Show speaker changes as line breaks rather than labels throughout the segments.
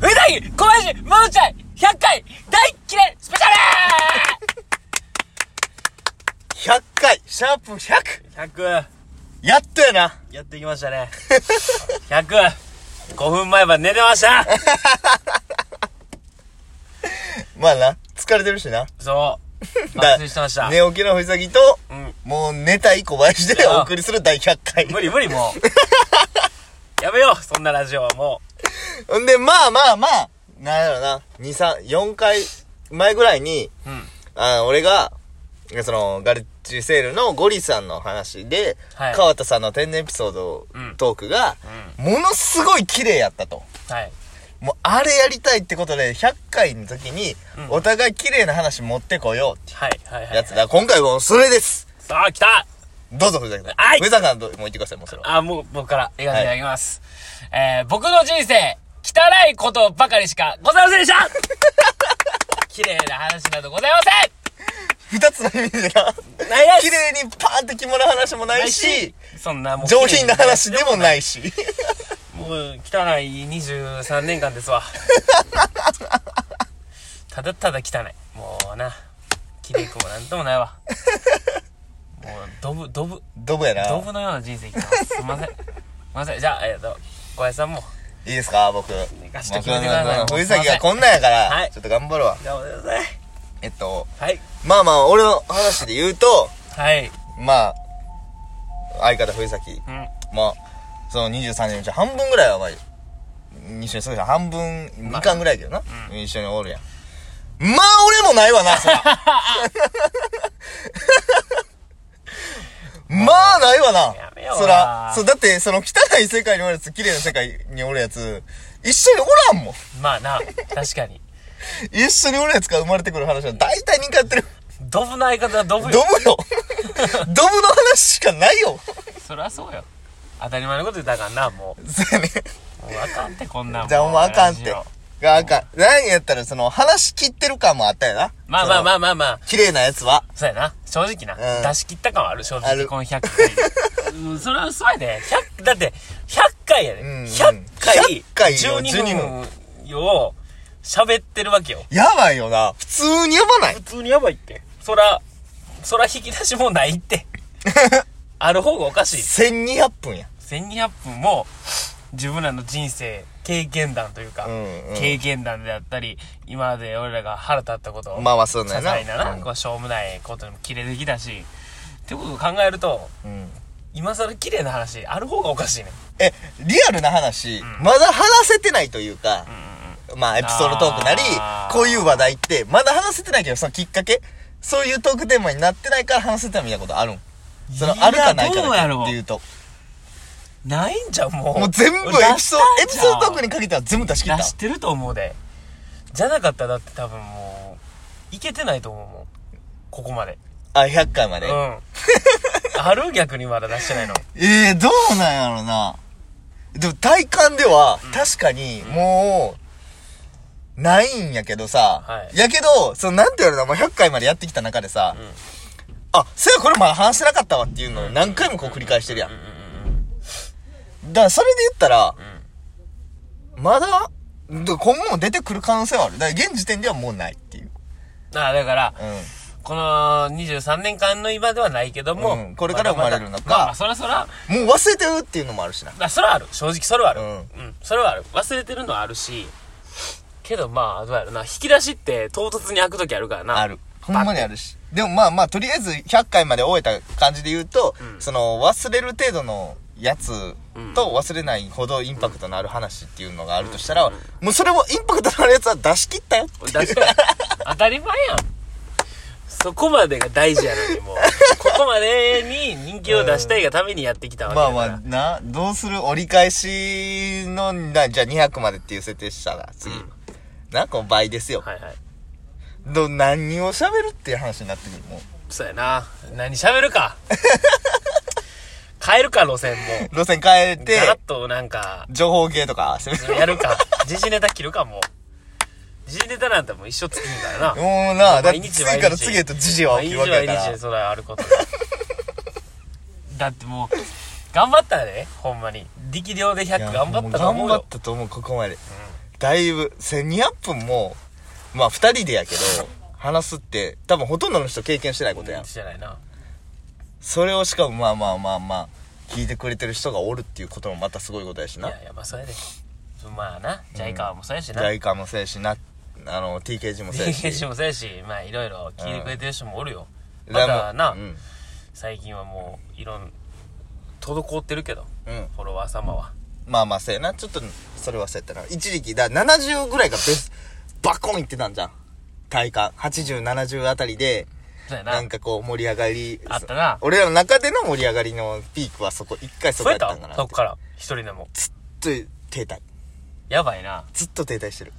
会議小林まもちゃん !100 回大記念スペシ
100回シャープ 100!
ャル !100!
やったよな
やってきましたね。100! 5分前まで寝てました
まあな、疲れてるしな。
そう。爆睡してました。
寝起きのふさぎと、
うん。
もう寝たい小林で
うん
お送りする第100回。
無理無理もう。 やめよう、そんなラジオはも
ほんで、まあまあまあ、なんやろな、2、3、4回前ぐらいに、
う。うん。
あ俺が、その、ガレッジセールのゴリさんの話で、
はい
川田さんの天然エピソード
うん
トークが、ものすごい綺麗やったと。
はい。
もう、あれやりたいってことで、100回の時に、
うん
お互い綺麗な話持ってこようって
はい、はい、はい。
やつだ。今回もそれです
さあ、来た
どうぞ、ふざけん。
はい
ふざけん、もう言ってください、もうそれは。
あ、もう僕から言わせていただきます。えー、僕の人生、汚いことばかりしかございませんでした 綺麗な話などございま
二つの意味でな。
せんないです
綺麗にパーンって決まる話もないし、、
そんなもう
上品な話でもないし。
もう汚い23年間 ですわ。ただただ汚い。もうな、綺麗くもなんともないわ。もう、ドブ、ドブ、
ドブやな。
ドブのような人生生きてます。すいません。ごめんなさい。じゃあ、えっ、と、小林さんも。
いいですか僕。
かして決めてください
僕藤崎がこんなんやか
は
ら
い、
ちょっと頑張るわ。
頑張ってください。
えっと、
はい。
まあまあ、俺の話で言うと、
はい。
まあ、相方藤崎、
うん。
まあ、その23年のうち半分ぐらいは、まあ、一緒にそうじゃん半分、2巻ぐらいだよな、一緒におるやん。まあ、俺もないわな、そ ら。まあ、ないわ
やめ
な
よ。うな
そら、そう、だって、その汚い世界におるやつ、綺麗な世界におるやつ、一緒におらんもん。
まあな、確かに。
一緒におるやつから生まれてくる話は大体似通ってる。
ドブの相方はド
ド
ブ
ブ
よ。
よ。ドブの話しかないよ。
そりゃそうよ。当たり前のこと言ったらあかんな、もう。
そうやね。
もうあかんって、こんなん。
じゃあもうあか
ラ
んっ
ジ
て
オ。
があかん。何やったらその話し切ってる感もあったよな。
まあまあま
あ。
あまあまあ。
綺麗なやつは。
そうやな。正直な。
うん
出し切った感はある、正
あ
直。
る
この100回。 うん、それはそうやで。100、だって、100回やで。
んうん
100回、
100回よ
12分を喋ってるわけよ。
やばいよな。普通にやばない
普。通にやばいって。そら、そら引き出しもない って。ある方がおかしい。
1200分や。
1200分も自分らの人生経験談というか、
うんうん
経験談であったり今まで俺らが腹立ったこと
まあまあそうだ
些
よな。
細なな、こうしょうもないことにもキレてきたしってことを考えると
うん。うん
今更綺麗な話ある方がおかしいね
え、リアルな話、まだ話せてないというか、まあエピソードトークなり
あ、ー
こういう話題って、まだ話せてないけど、そのきっかけそういうトークテーマになってないから話せたみたいなことあるんその、
いや
あるかないか
どうやろう
だけっていうと。
ないんじゃんもう
もう全部
出
エ
したん
ピ
じ
ソ
ゃ
ー
ん
ド、エピソードトークにかけては全部出し切った
出。してると思うでじゃなかったらだって多分もういけてないと思うもんここまで
あ、100回ま
う
で。
んある逆にまだ出してないの
ええどうなんやろな。でも体感では、確かに、もう、ないんやけどさ。
はい
やけど、その、なんて言うのな、もう100回までやってきた中でさ、
ん
あ、そやこれまだ話してなかったわっていうのを何回もこう繰り返してるやん。
うん
だからそれで言ったら、まだ、で今後も出てくる可能性はある。だから現時点ではもうないっていう。
ああだから、
う
この23年間の今ではないけども、
うんこれから生まれるのか
まだまだまあまあそらそら、
ん。もう忘れてるっていうのもあるしな。
まあ、そらある正直それはある
うん
うん、それはある忘れてるのはあるしけどまあどうやろな引き出しって唐突に開く時あるからな
ある。ほんまにあるし。でもまあまあ、とりあえず100回まで終えた感じで言うと、
うん
その、忘れる程度のやつ
うん
と忘れないほどインパクトのある話っていうのがあるとしたら、もうそれもインパクトのあるやつは出し切ったよっていう。
出したら当たり前やんそこまでが大事やのにもうここまでに人気を出したいがためにやってきたわけ
ま
だ
あ
から、
まあ、な、どうする折り返しの、なじゃあ200までっていう設定したら、次。
うん
な、この倍ですよ。
はいはい
ど、何を喋るっていう話になってくる。もう、
そうやな何喋るか変えるか路線も
路線変えて
ガ、ラッとなんか
情報系とか、攻め
やるか。時事ネタ切るか、もう。時事ネタなんてもう一生つきんからな。
もうな、だって
毎日
次から次へと時事は
毎
起き
日
るわけや
毎
から。
日それはあることだ。だってもう、頑張ったらね、ほんまに。力量で100頑張ったと思う
頑張っ
よ。
たと思うここまで、だいぶ、1200分も、まあ二人でやけど、話すって、多分ほとんどの人経験してないことやん。
してないな。
それをしかもまあまあまあまあ、聞いてくれてる人がおるっていうこともまたすごいことやし
い
な。
やいや、まあそれで。まあな、ジャイカーもそうやしな。
ライカーもそうやしな、あの、TKG もそう やし。
DKC もそうやし、まあいろいろ聞いてくれてる人もおるよ。
ラ
ま
ム
だな、
うん。
最近はもう、いろん、滞ってるけど、
うん
フォロワー様は。
まあまあ、そうやな。ちょっと、それはそうやったな。一力、だ、70ぐらいがベス、バコンいってたんじゃん。体感。80、70あたりで、
そうやな。
なんかこう、盛り上がり。
あったな
俺らの中での盛り上がりのピークはそこ、一回そ
増
こや
え
った
た
んかな
そっ
って。
から、一人でも。
ずっと停滞。
やばいな。
ずっと停滞してる。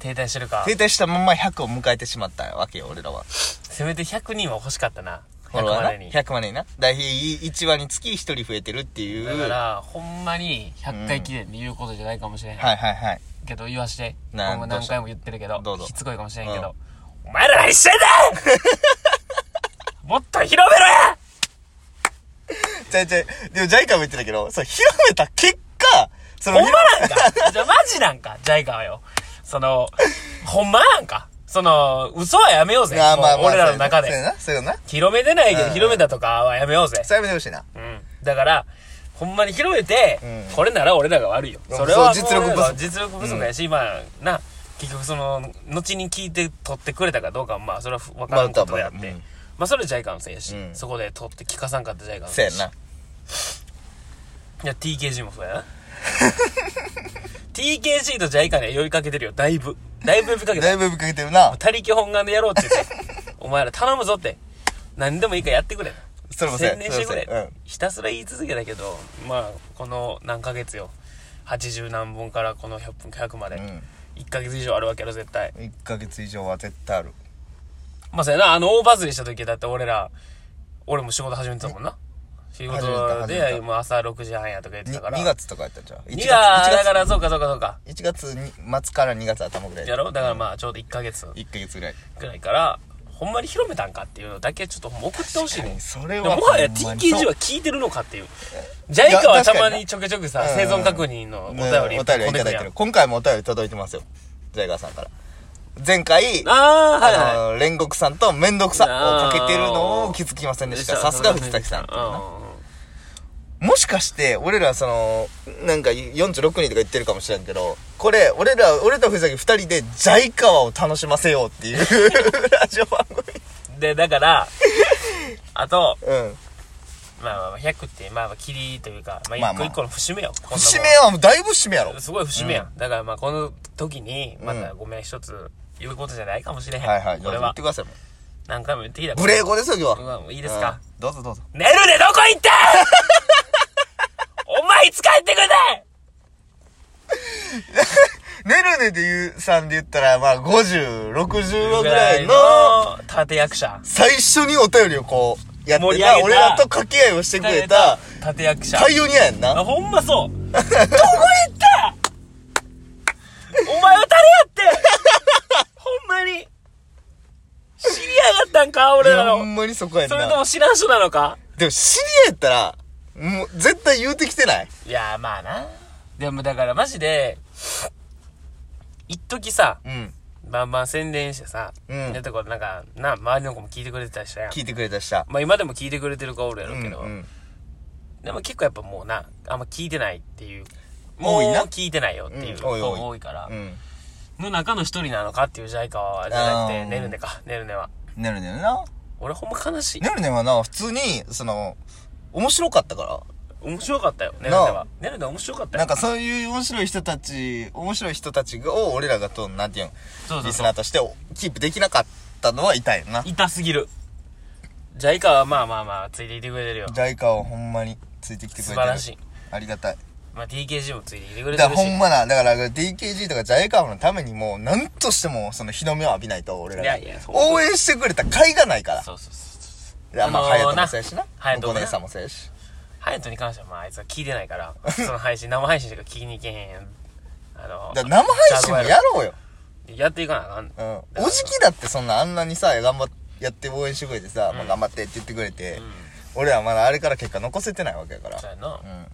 停滞してるか
停。滞したまま100を迎えてしまったわけよ、俺らは。
せめて100人は欲しかったな。
フォ
100
ロワー
ま
な
でに。だ
100までにな。だい1話につき1人増えてるっていう。
から、ほんまに100回記念で言うことじゃないかもしれへん。
はいはいはい。
けど言わして。
な
今後
どう
何
した
回も言ってるけど、
どうぞ
しつこいかもしれんけど。お前ら何してんだもっと広めろや
じゃじゃでもジャイカも言ってたけど、そう、広めた結果、その、
ほんまなんかじゃあマジなんかジャイカはよ。その、ほんまなんかその、嘘はやめようぜ。
あーまあ
も
ま
う
あ
俺らの中
そうや
で。
な、そうやな。
広めてないけ
うんう
ど、
ん
広めたとかはやめようぜ。
そうやめてほしいな。
うん。だから、ほんまに広めて、
うん
これなら俺らが悪いよ。
うん
それは
そう実力不足
もう実力不足やし、まあ、な、結局その、後に聞いて取ってくれたかどうかは、まあ、それは分からんことであって。
ま
ま
あ多
あ
分うん、
それはジャイカのせいやし、
うん
そこで取って聞かさんかったジャイカの
そ
せ
う
いや
や
し。い
な。
や、TKG もそうやな。TKG とジャイカには呼びかけてるよ、だいぶ。だいぶ呼びかけて
だいぶ呼びかけてるな。
他力本願でやろうって言って。お前ら頼むぞって。何でもいいからやってくれ。
それもそうや
宣伝してくれ、
それもそうやうん
ひたすら言い続けたけどまあこの何ヶ月よ80何本からこの100分100まで、
うん
1ヶ月以上あるわけやろ絶対
1ヶ月以上は絶対ある。
まあそうやなあの大バズりした時だって俺ら俺も仕事始めてたもんな仕事
始めた始め
で
た
もう朝6時半やとか言って
に
たから
2月とかやったんちゃう
2月だから
1
そうかそうかそうか
月に末から2月頭ぐらい。
やろだからまあちょうど1ヶ月
1ヶ月ぐらい。
ぐらいからほんまに広めたんかっていうのだけちょっとほんま送ってほしいねん
それ
でも
は。
もはや
ほんまに
TKG は聞いてるのかっていう。ジャイカはたまにちょけちょけさ、
いや
生
確かに
存確認のお
お
便り
お便りはいただいてる。。今回もお便り届いてますよ。ジャイガーさんから。前回、
ああー、はい
あ
は
の、煉獄さんとめんどくさをかけてるのを気づきません
い。
でした。さすが藤崎さんっていうな。もしかして、俺らその、なんか46人とか言ってるかもしれんけど、これ、俺ら、俺と藤崎二人で、ジャイカワを楽しませようっていう、 ラジオ番組。
うん。で、だから、 あと、
うん。
まあまあまあ、100って、まあまあ、切りというか、ま
まあ
あ、一個
まあ
一個の節目よ。こんなもん
節目は、だいぶ節目やろ。
すごい節目やん。だからまあ、この時に、また
う
ごめん、一つ言うことじゃないかもしれへん。
はいはい。ど
こ
う
れ
ぞ言っ
は
てく、ださいも
何回も言ってきた
う。無礼語ですよ、今日
う
は。
わもういいですか
うん。どうぞどうぞ。
寝るでどこ行ったお前いつ帰ってくんだ
ねるねで言うさんで言ったら、まあ、50、60話ぐらいの、
立役者
最初にお便りをこう、やっ
盛
て
り上げ
た、
た
俺らと掛け合いをしてくれた、
立役者
パイオニアやんな。
あほんまそうどこ行ったお前は誰やってほんまに知りやがったんか俺
い
ら
やほ
の
んまにそこやん
それと
な。
も知らん人なのか
でも、知り合いやったら、もう、絶対言うてきてない
いやまあなでもだからマジで一時さ
うん。
バンバン宣伝してさ、
うん
やったことなんかな周りの子も聞いてくれてた人やん
聞いてくれたしさ。
まあ今でも聞いてくれてる子おるやろうけど、
うんうん
でも結構やっぱもうな、あんま聞いてないっていう。
多いな
もう聞いてないよっていううん方
多い多い
が多いから
う。ん。
の中の一人なのかっていうジャイカは、じゃなく
あ
て、
ー
ネルネか、ネルネは。
ねるねんな。
俺ほんま悲しい
ね。るねんはな、普通に、その、面白かったか
面白かったよ、ネルネ
な
は
あ。
ネルネ面白かった
ら。なん
よ。
かそういう面白い人たち、面白い人たちを俺らがと、なんていうん、
そうそ
リ
う
ス
そ
ナー
う。
としてキープできなかったのは痛いよな。ジ
痛すぎる。ジャイカはまあまあまあ、ついていてくれてるよ。
ャイカはほんまについてきてくれて
素
る。
晴らしい。。
ありがたい。
まあ TKG もついていてくれて
だから
る
ほ
し。
んまな、だから DKG とか JICA のためにもう、なんとしてもその日の目を浴びないと、俺らが。
いやいやそう
応援してくれた甲斐がないから。
そうそうそう。
いやまあ、
あのー
隼人もそうやしな。
隼人も
向
な
姉さんもそうやし。
ハヤトに関してはまああいつは聞いてない から、その配信、生配信しか聞きに行けへん。あの、
だから生配信もやろうよ。
やっていかなあかん。
うん。おじきだってそんなあんなにさ、頑張っやって応援してくれてさ、まあ、頑張ってって言ってくれて、俺らまだあれから結果残せてないわけやから。
そうやな
うん。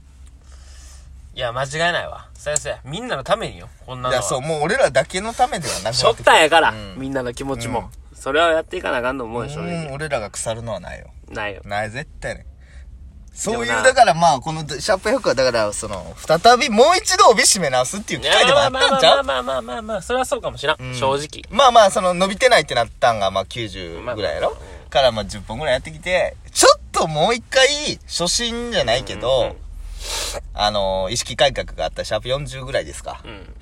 いや、間違いないわ。先生、みんなのためによ、こんなの
い
は。
や、そう、もう俺らだけのためではなく
しょったんやから、
うん
みんなの気持ちも。それはやっていかなあかんと思うよ、正
うん、
直。
俺らが腐るのはないよ。
ないよ。
ない、絶対ね。そうい
でもな
う、だからまあ、このシャープ100は、だから、その、再びもう一度帯締め直すっていう機会でもあったんちゃう
まあまあまあまあまあまあ、それはそうかもしら
うん
ん。正直。
まあまあ、その、伸びてないってなったんが、まあ90ぐらいやろ
まあまあ
からまあ10本ぐらいやってきて、ちょっともう一回、初心じゃないけ
うんうんうん
ど、あの、意識改革があったシャープ40ぐらいですか
う。ん。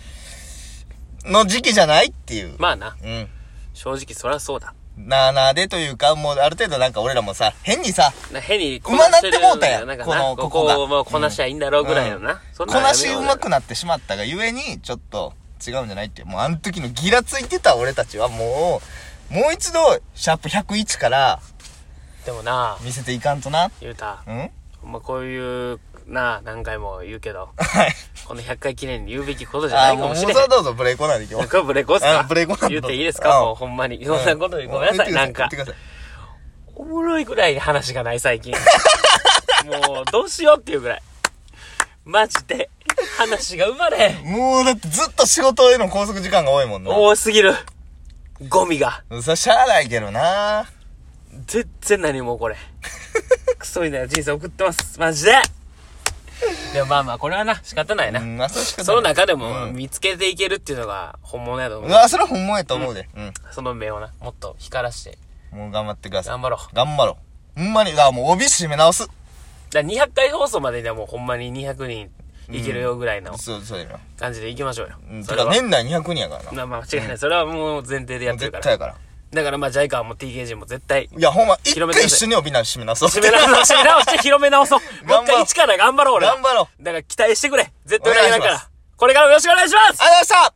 の時期じゃないっていう。
まあな、
うん。
正直そりゃそうだ。
なあなあでというか、もうある程度なんか俺らもさ、変にさ、
な変に
うまなってもうたやん
なんか
こ
な
の
こ
ここが
こをもうこなしゃいいんだろうぐらいのな。そんな
こ
んやめよ
なし上手く
な
なってしまったがゆえに、ちょっと違うんじゃないっていう。もうあの時のギラついてた俺たちはもう、もう一度、シャープ101から
でもな、
見せていかんとな。
ゆうた、
うん
ほんまこういう、な、何回も言うけど、
はい。
この100回記念に言うべきことじゃな
あ
い
ー、
か
もう、
も
もう
し
そ
れ
れ
へん
は。どうぞ、ブレイコーナーでいきます。
僕はブレコーっす
あ
か
ブレコなんだ
言っていいです
う
か
ん
もうほんまに。いろんなことでごめんなさい。
う
なんか
言、ってください
おもろいぐらい話がない最 近。もう、どうしようっていうぐらい。マジで、話が生まれへん。
言ってくださいもうだってずっと仕事への拘束時間が多いもんな。
多すぎる。ゴミが。
それしゃあないけどな。
全然何も これ。クソみたいな人生送ってます。マジで。でもまあまあ、これはな、仕方ないうな。
ん、まあそれしかない
その中でも
うん
見つけていけるっていうのが本物やと思
う
う。
わ、それは本物やと思うで。うん。
その目をな、もっと光らして、
もう頑張ってください。
頑張ろう。
頑張ろう。ほんまに、あ、もう帯締め直
だ
す。
から200回放送までにはもうほんまに200人いけるよぐらいの
そう、そうやな。
感じでいきましょうよ。
うん。
そ
て
れ
か
は
年内200人やからな。
まあまあ間違いない。それはもう前提でやってる
絶
か
対
ら。
やから。
だからまあ JICA も TKG も絶対、
いや、ほんま、一
広めてく
回
だ
一
さい
緒に帯締め直そう。
締め 直そう、締め直して広め直そう。もう一
頑張ろ
回
う
一から頑張ろう、俺は。
頑張ろう。
だから期待してくれ。絶対裏切らんか
お願いし
ら。これからもよろしくお願いします
ありがとうございました